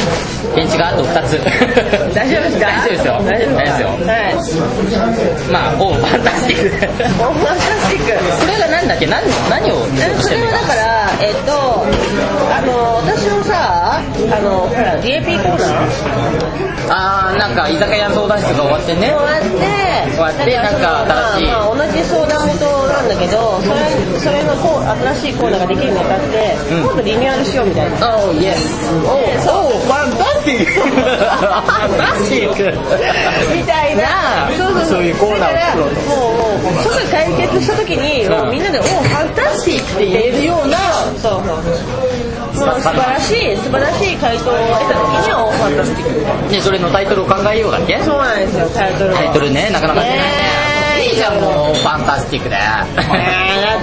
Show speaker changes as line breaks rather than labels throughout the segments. があと2つ 大丈夫ですよ大丈夫ですよ
大丈夫ですか大丈夫はい
まあオーファンタスティック
オーファンタスティック
これが何だっけ何何を
それはだから、えっと、あの、私のさ、あの、ほら、DAP コーナー
ああなんか居酒屋相談室が終わってね
終わって、
終わってなんか新しい
まあまあ、同じ相談事なんだけど、それ、それのこう新しいコーナーができるにあたって、
うん
今度リニューアルしようみたいな。
Oh yes
でそう
ファンタス ティックファンタスティック
みたい
なあ
な、そうそう
そういうコーナーを作ろうと
だからもう、もう、即解決した時に、
うん
もうみんなで、おファンタスティックって言えるような、そうそう。もう素晴らしい、素晴らしい回答を得た時には、おファンタスティック。
でそれのタイトルを考えようだっけ
そうなんですよ、タイトルを
タイトルねなかなか出ないね
ねえ
いいじゃんもうファンタスティックで
え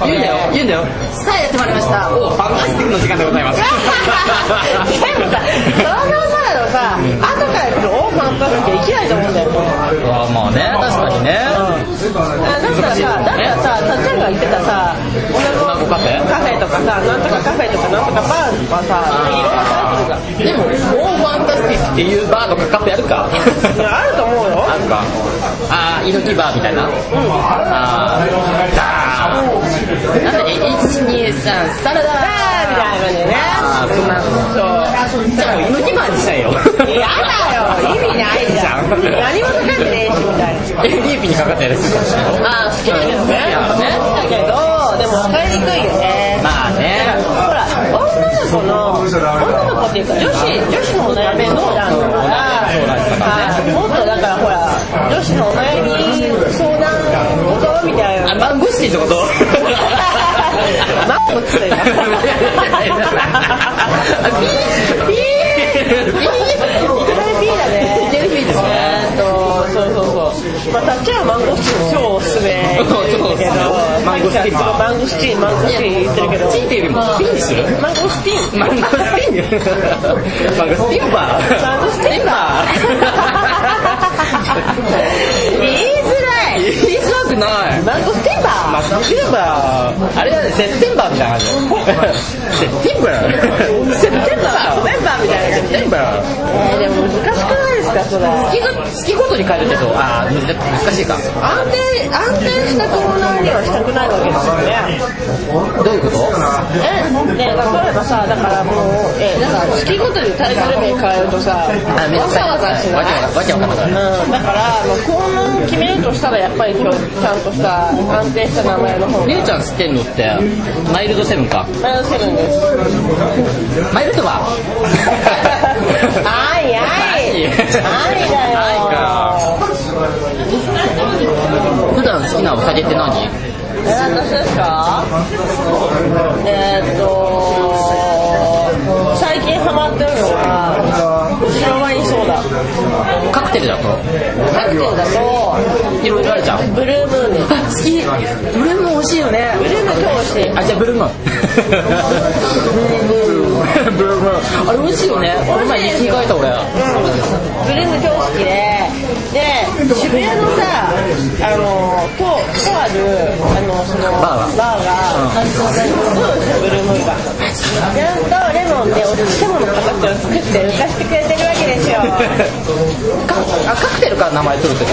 言うんだよ言うんだよさあやってまいりましたおファンタスティックの時間でございま す
でもさ、そのさのさ、後から来るオーファンタスティックできないと思うんだよ。
あ まあね確かにね
あだったらさ、だったらさ、たっちゃんが言ってたさ、
女子カフェ
カフェとかさ、なんとかカフェとかなんとかバーとかさ、いろんなタイトルが。
でも、もうファンタスティックっていうバーとかカフェあるか
いやあると思うよ。
あるかあー、猪木バーみたいな。あー、だー。なんだっけ、1、2、3、サラダ
バーみたいな感じでね
あー、そんな。そう。じゃあもう猪木バーにしたいよ。
やだよ、意味ないじゃん。何もかかってねえし、みたいな。
え、リーピにかかったやつ。
あ好きだけどね。好きだけど、でも使いにくいよね。
まあね。
ほら、女の子の、女の子っていうか、女子、女子のお悩みの相談だから、はいもっとだからほら、女子のお悩み相談事みたいな。
あ、マンゴスティンってこと
マンゴスティン
あピーピー
いきなり P だ
い
ね。
きなり P ですね
えーっと、そうそうそう。まあ、たっちゃんはマンゴスチン超おすすめ。だけど、
マンゴスチンバー
マンゴスチン、マンゴスチン言ってるけど。
チンっていうよりもピンにする
マンゴスチン。
マンゴスティンマンゴスティンバー
マンゴスチンバー。言いづらい。
言いづらくない
マンゴスチンバー。
マスティンバーあれだねセッテンバーみたいな感じセッテンバーセッテンバー
メンバーみたいな。
セッテンバー
えーでも難しくないですか、それ。
好きが好きごとに変えるってそうあー難しいか
安定、安定したコーナーにはしたくないわけですよね。
どういうこと
え、ね、例えばさ、だからもう、え、なんか月ごとにタイトル名変えるとさ、
あめんど
わ
くさ
ざ
い
わざしな
わけわかんないわ
い。
けわかんない
うん、だから、もうこの決めるとしたら、やっぱり今日、ちゃんとした、安定した名前の方が。
りゅうちゃん知ってんのってマイルドセブンか
マイルドセブン です。
マイルド バー
あいあ
愛
い。あいだよ。
愛か普段好きなお酒って何
え、私ですかえーっと、最近ハマってるのは、白ワインソーダ。
カクテルだと
カクテルだと、
いろいろあるじゃん
ブルームーンです。
あ好きブルーム美味しいよね
ブルーム今日しい。
あじゃあブルーム ブルームあれ美味しいよねこの前言い換えた俺
ブルーム今日式で、で、渋谷のさ、あの、と、とある、あの、その、
バーが
バーが、そうですよ、ブルームーンが。ちゃんとレモンでお漬物の形を作って浮かしてくれてるわけですよ。
カあカクテルから名前取るってこ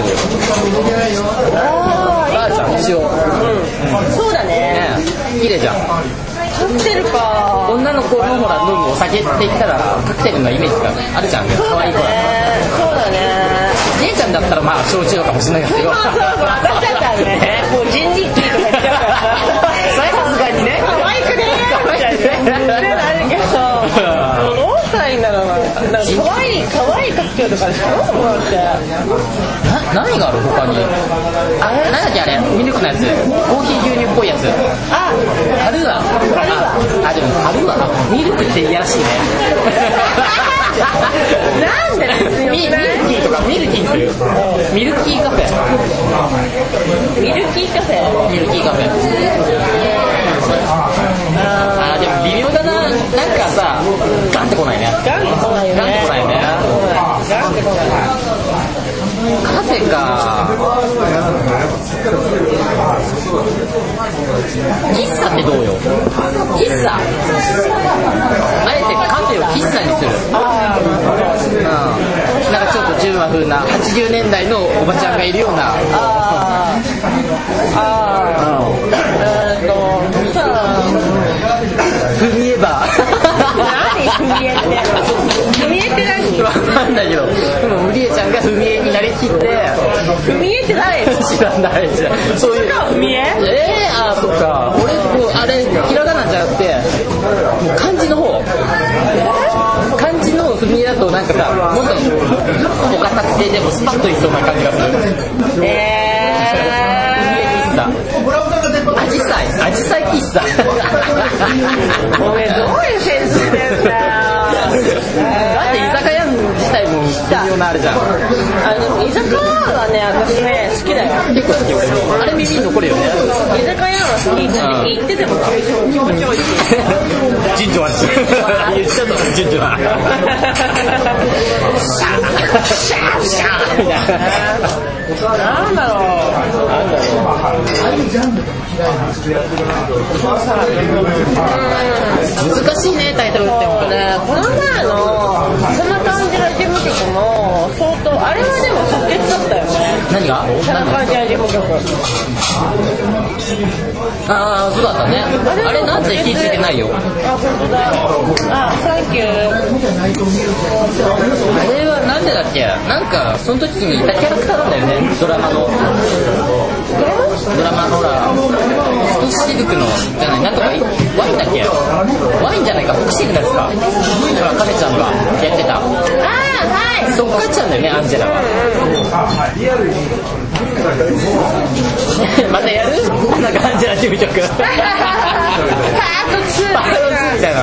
と
あ
バーじゃん一応
うん。そうだね。
ね綺麗じゃん
カクテルか。
女の子のほら飲むお酒って言ったらカクテルのイメージがあるじゃん
そう
可
だ
愛い
ね
子だ。
そうだね。
姉ちゃんだったらまあ焼酎かもしれないけ
そうそ
ど
うそう、私だったらね、もう人力とか言っちゃうからさ。
それさすがにね
可愛くねーみたいな。それなるけど、どうしたらいいんだろうな。なんか可愛い、可愛いカクテルとかで頼むもらって。
な何がある他にあれなんだっけあれミルクのやつコーヒー牛乳っぽいやつ
あ、
カルーア
ルー
ああでもカルーアミルクっていやらしいね
なんで別
ミ
に
ミルキーとかミルキーにするミルキーカフェ
ミルキーカフェ
ミルキーカフェあーでも微妙だななんかさガンってこないね
ガンってこないよね。
ガンってこないね
ガンってこない。
カフェか喫茶ってどうよ喫茶あえてカフェを喫茶にするうんなんかちょっと純和風な80年代のおばちゃんがいるような
あーあーえーっと喫茶
踏み絵ば
何踏み絵って踏み絵って何
わかんないけどでもウリエちゃんが踏み絵になりきって
踏み絵って何
知らないじゃんそういう
踏み
え
絵
ー、あーそっか俺もうあれひらがなじゃなくてもう漢字の方漢字の踏み絵だとなんかさもっとお堅くてでもスパッといそうな感じがする
え
さアジサイアジサイ喫茶
ーもう ねどういうセンスしてんだ
だ
よ
って居酒屋自体も微妙なあれじゃん
あの居酒屋はね私ね好きだよ
結構好き俺もあれ耳に残るよね
居酒屋は好きだね行ってても気持ち悪い
順調は言っちゃった順調はシャーシャーシャーみたいな
なんだ
なんだ
ろ
ろう難しいねタイトルっても
うねこの前のそんな感じの事務局も相当あれはでも即決だったよね
何が
そんな感じの事務局
ああそうだったねあれなんで気づいてないよ
あ本当だあサンキュー
あれはなんでだっけなんかその時にいたキャラクターなんだよねドラマのドラマのほらストシルクのじゃないなんとかいワインだっけワインじゃないかフォクシークのやつかほらカネちゃんがやってた
あはい
そっかっちゃうんだよねアンジェラはまたやるなんかアンジェラ事務 局
パート2
パート2みたいな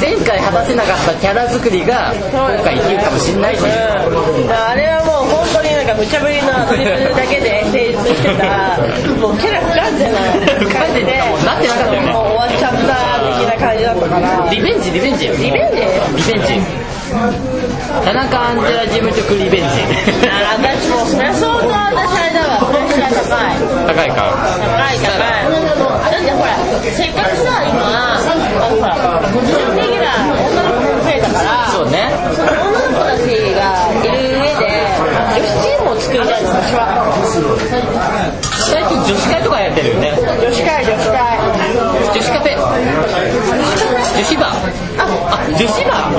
前回果たせなかったキャラ作りが今回生きるかもしれないっていう
うん、あれはもう本当になんか無茶ぶりのアドリブだけで成立してたもうキャラ不完全な感じで
もうなってなかったよね
もう終わっちゃった的な感じだったから
リベンジリベンジリ
ベンジ
リベンジ田中アンジェラ事務局リベンジ
あ私もうそりゃ相当私あれだわ私が高い
高いか
高い高いだってほらせっかくさ今あのほら50レギュラー女の子も増えたから
そうね
その女の子たちがいる上で女子チームを作りたいの私は
最近女子会とかやってるよね
女子会女子会
女子カフェ女子バーあ女子バー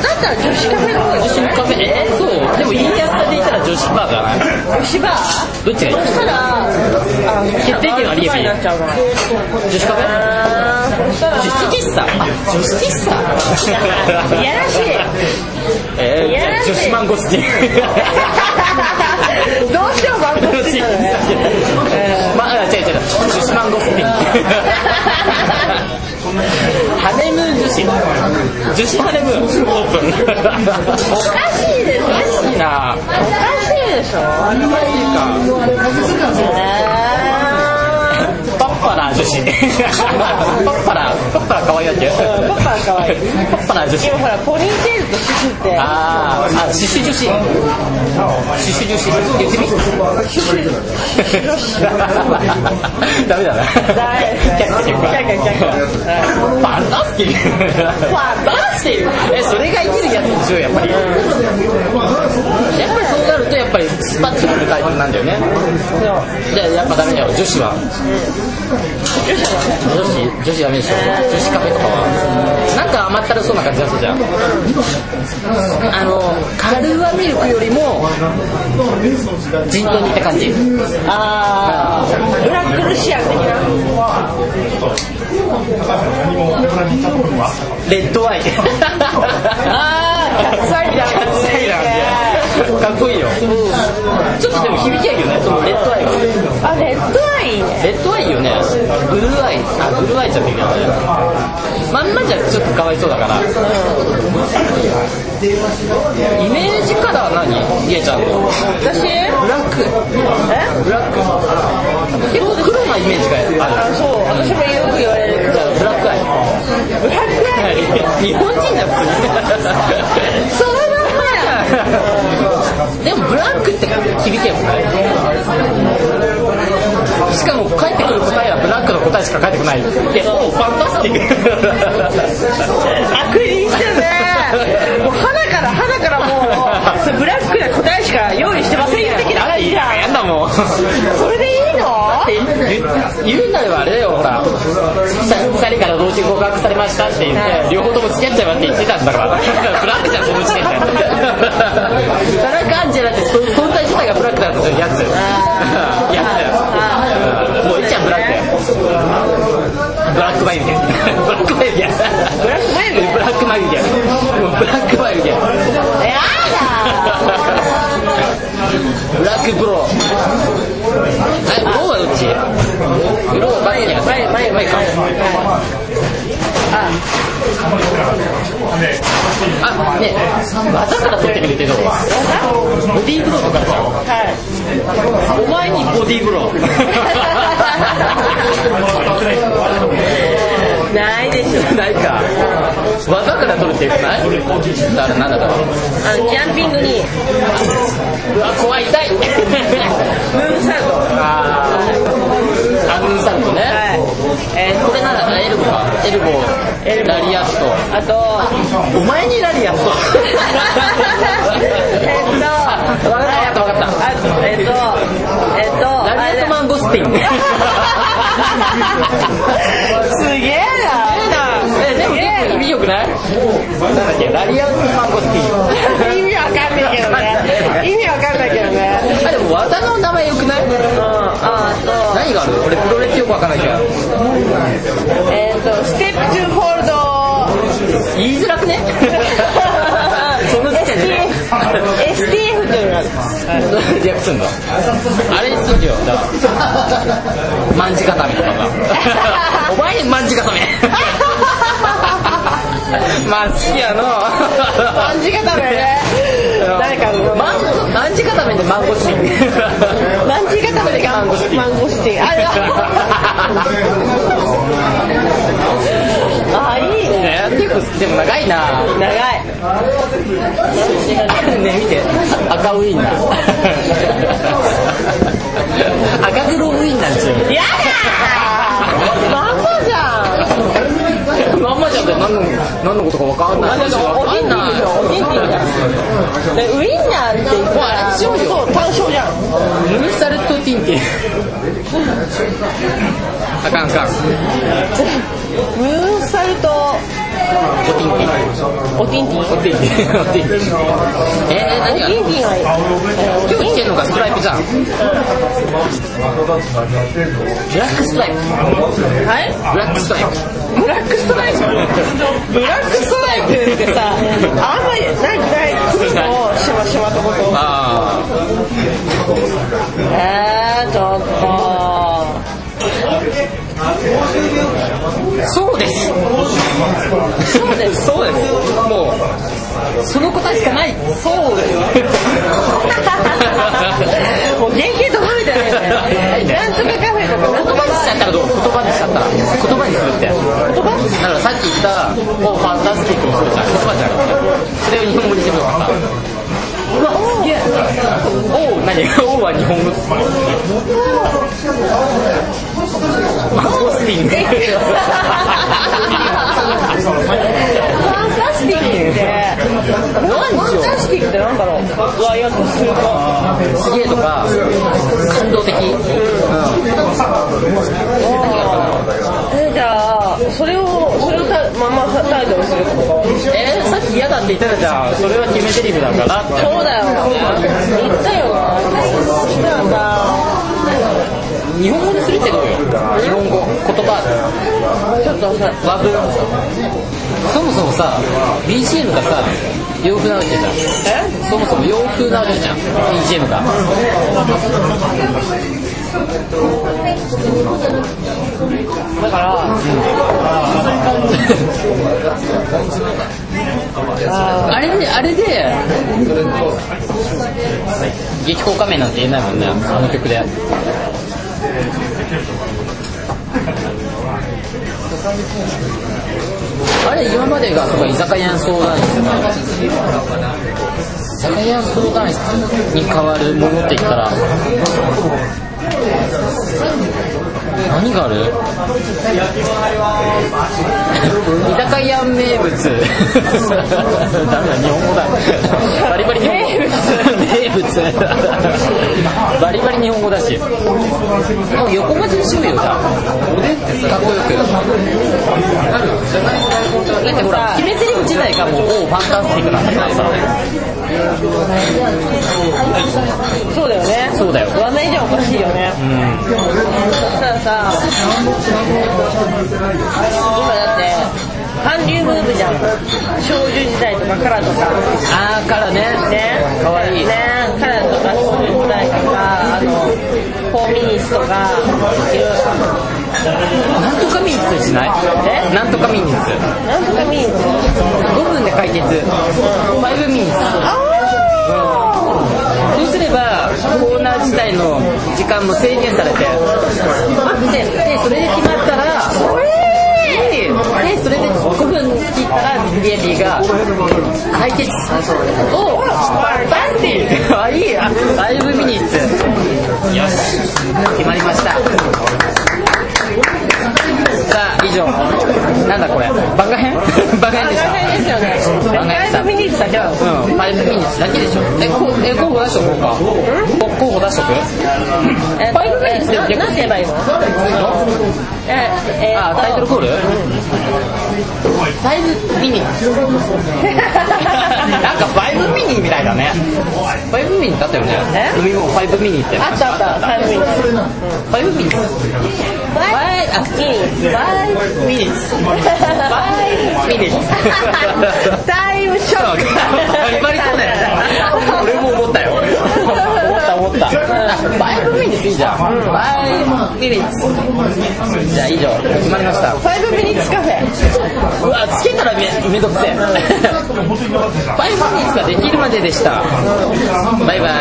だったら女子カフェの方がいい
女子カフェえーそうでも言いやすさで言ったら女子バーじゃない
女子バー
どっちがいい
そしたらあの
決定権はリエ
になっちゃうから
女子カフェ
あーそしたら
女子喫茶あ女子喫茶
いやらしい
えー
いやらしい
女子マンゴスティン
どうしてもバンコクしてたのね
まあ、違う違う、女子マンゴスティン。ハネムーン女子。女子ハネムーンオープン。
おかしいでしょおかし
いいな。
いでしょえ
パッパラー女 子。パッパラー、パッパラー可愛いだっけ。
んパッパラー可愛い
パッパラー女
ーでも
子。
ほらポニーテールとシュシュって
あーあ、シシ女子。シシ女子。言ってみ。ダメだな。
ダメですね
却下
却下却下
ファンタスティック。
パッパラ
してるえそれが生きるやつでしょやっぱりやっぱりそうなるとやっぱりスパッとなるタイプなんだよねじゃあやっぱダメだよ女子は女子女子ダメでしょ女子カフェとかはなんか甘ったるそうな感じだったじゃんあのカルーアミルクよりも人痘にいった感じ
あーブラックルシアン的な
レッドアイ
あーキャッツアイだ
キャッツアイなんだよかっこいいよちょっとでも響きはいいよねそのレッドアイが
あレッドアイいいね
レッドアイよねブルーアイあブルーアイじゃできないまんまじゃちょっとかわいそうだからイメージカラー何りえちゃんの
私え
ブラックブラック結構黒なイメージがあ
あ
る
そう私もよく言われる
じゃあブラックアイ
ブラックアイ
日本人だ普通に
そのまんまや
で でもブランクって響きやもんねしかも返ってくる答えはブランクの答えしか返ってこないでもうファンタスティック
悪人してるねもう花から花からもうそれブラックな答えしか用意してませんよ
あれいいなやんだもん
それでいいの
言言うなればあれだよほら2人から同時に告白されましたって言って両方とも付き合っちゃえばって言ってたんだからだからブラックじゃんその時点で田中アンジェラって そ存在自体がブラックだったじゃんやつ
あー
やつだよもういっちゃんブラックだよブラック眉毛ブラック眉毛ブラック眉毛ブラック眉毛もうブラック眉毛
やだ
ブラックブローえブローはどっちブローはバイにあバイバイバイかああね技から取ってくれてるのはボディーブローとかじゃ
はい
んお前にボディーブロ
ないでしょ
ーないか技から取るって言うないだからなんだろう
あのジャンピングに
うわ怖い痛い
ムーンサルト
あーアンヌンサルトね、
はいえー
これならエルボかエルボ
エルボ
ラリアット
あと
お前にラリアット
えっと
分かった分かった
あえっとえっと
ラリアットマンゴスティン
すげえな
えでも結構意味よくないなんだっけラリアットマンゴスティン
意味わかんないけどね意味わかんないけどね
あでも技の名前よくない
うんああ
何がある俺プロレスよく分かんないじゃん
とえっとステップ2ホールド
言いづらくね その時点でね
STF というのがある
略すんのあれにするよだからまんじ固めとかがお前にまんじ固めまあ好きやの
感じ方だよね誰かの
マンゴまんじ固めでマンゴスティン
マンジ固めでマンゴスティン。マンゴスティン。あれあ、いいね。
ね結構でも長いな
長い。
ね見て赤ウインナー赤黒ウインナーですよ
やだマンゴじゃん。
まんまじゃんって何の何のことか分かんない
おにぎりじゃん。おにぎりじゃん。でウインナーって言った
もうあ
ら、
れしようよ
そう、単勝じゃん。
ムーンサルトティンティンあかんあかん
ムーンサルト、
おティンティ
おティンティン。
ンおティンティンおティンティンえー、
お
何が
ティンティンはいい。
今日着てんのがストライプじゃんブラックストライプ
はい
ブラックストライプ
ブラックストライプブラックストライプってさ、あんまり、なんかない、黒のしましまったこと。
あ
えー、ちょっと。
あそうです
そうです。
そうですもうその答えしかないそうです
もう原型とかみたいなやつだよね。なんとかカフェとか、なんと
言葉
か
にしちゃったらどう言葉にしちゃったら言葉にするって言葉だからさっき言った「もうファンタスティック」もそうじゃん言葉じゃんそれを日本語にしてるのがさ
うわ、すげえ。
「おう」何「おう」は日本語マンゴスティン
ファンタスティックって、ファンタスティックってなんだろう。うわ、やっぱすごい。
すげえとか感動的
えじゃあ、それを、それをたまんまタイトルするってこ
えー、さっき嫌だって言ってたじゃんそれは決め台詞だからって
とそうだよ。言ったよな。言ったよな。
日本語にするってどうよ日本語言葉
ちょっとさ、
和文そもそもさ BGM がさ洋風なわけじゃんそもそも洋風なわけじゃん BGM が
だから、
あれであれで激高仮面なんて言えないもんねあの曲で
そう
あれ今までがその居酒屋相談室の居酒屋相談室に変わるものって言ったら何がある居酒屋名物 ダメだ日本語だバリバリ日本語名物バリバリ日本語だしもう横文字にしようよじゃあおでんってかっこよくなるじゃないだってほら決め台詞自体がもう「おファンタスティック」なんだからさ
そうだよね
そうだよ
罠以上おかしいよね
うん
そしたらさ今だって韓流ムーブじゃん少女時代とかカラとか
あーからね
ね
かわいい
ねカラとか少女時代とかあのフォーミニスとかいろいろ
なんとかミーツしない
え
なんとかミーツ
なんとかミニス
5分で解決5ミーツそうすればコーナー自体の時間も制限されてででそれで決まったらででそれで5分切ったらリエリーが解決をバンティーあいいや5ミニッツよし決まりましたさあ以上なんだこれ番外 編番外編でした
大変ですよね
番外編でした
5ミニスだけだ
うん、ファイブミニッツだけでしょ。え、こえ候補出しとこうか。こ候補出しとく
え
ファイブミニッツって
ななんて言えばいいのええー
あ、タイトルコールファイブミニッツ。 なんかファイブミニみたいだね。ファイブミニだったよね。
え
飲み物ファイブミニって。
あったあったタイムミニス
ファイブミニッツ。
バイあバイ
ミニッツ。ファイブミニッツ。
タイムショッ
バ
ク
リバリそう だよね。俺も思ったよ。思った思った。ファイブミニッツいいじゃん。ファイブミニッツ。じゃあ以上、決まりました。
ファイブミニッツカフェ
うわつけたらめめんどくせえバイバイいつかできるまで でしたバイバイ
バイバ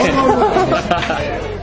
イ
バイ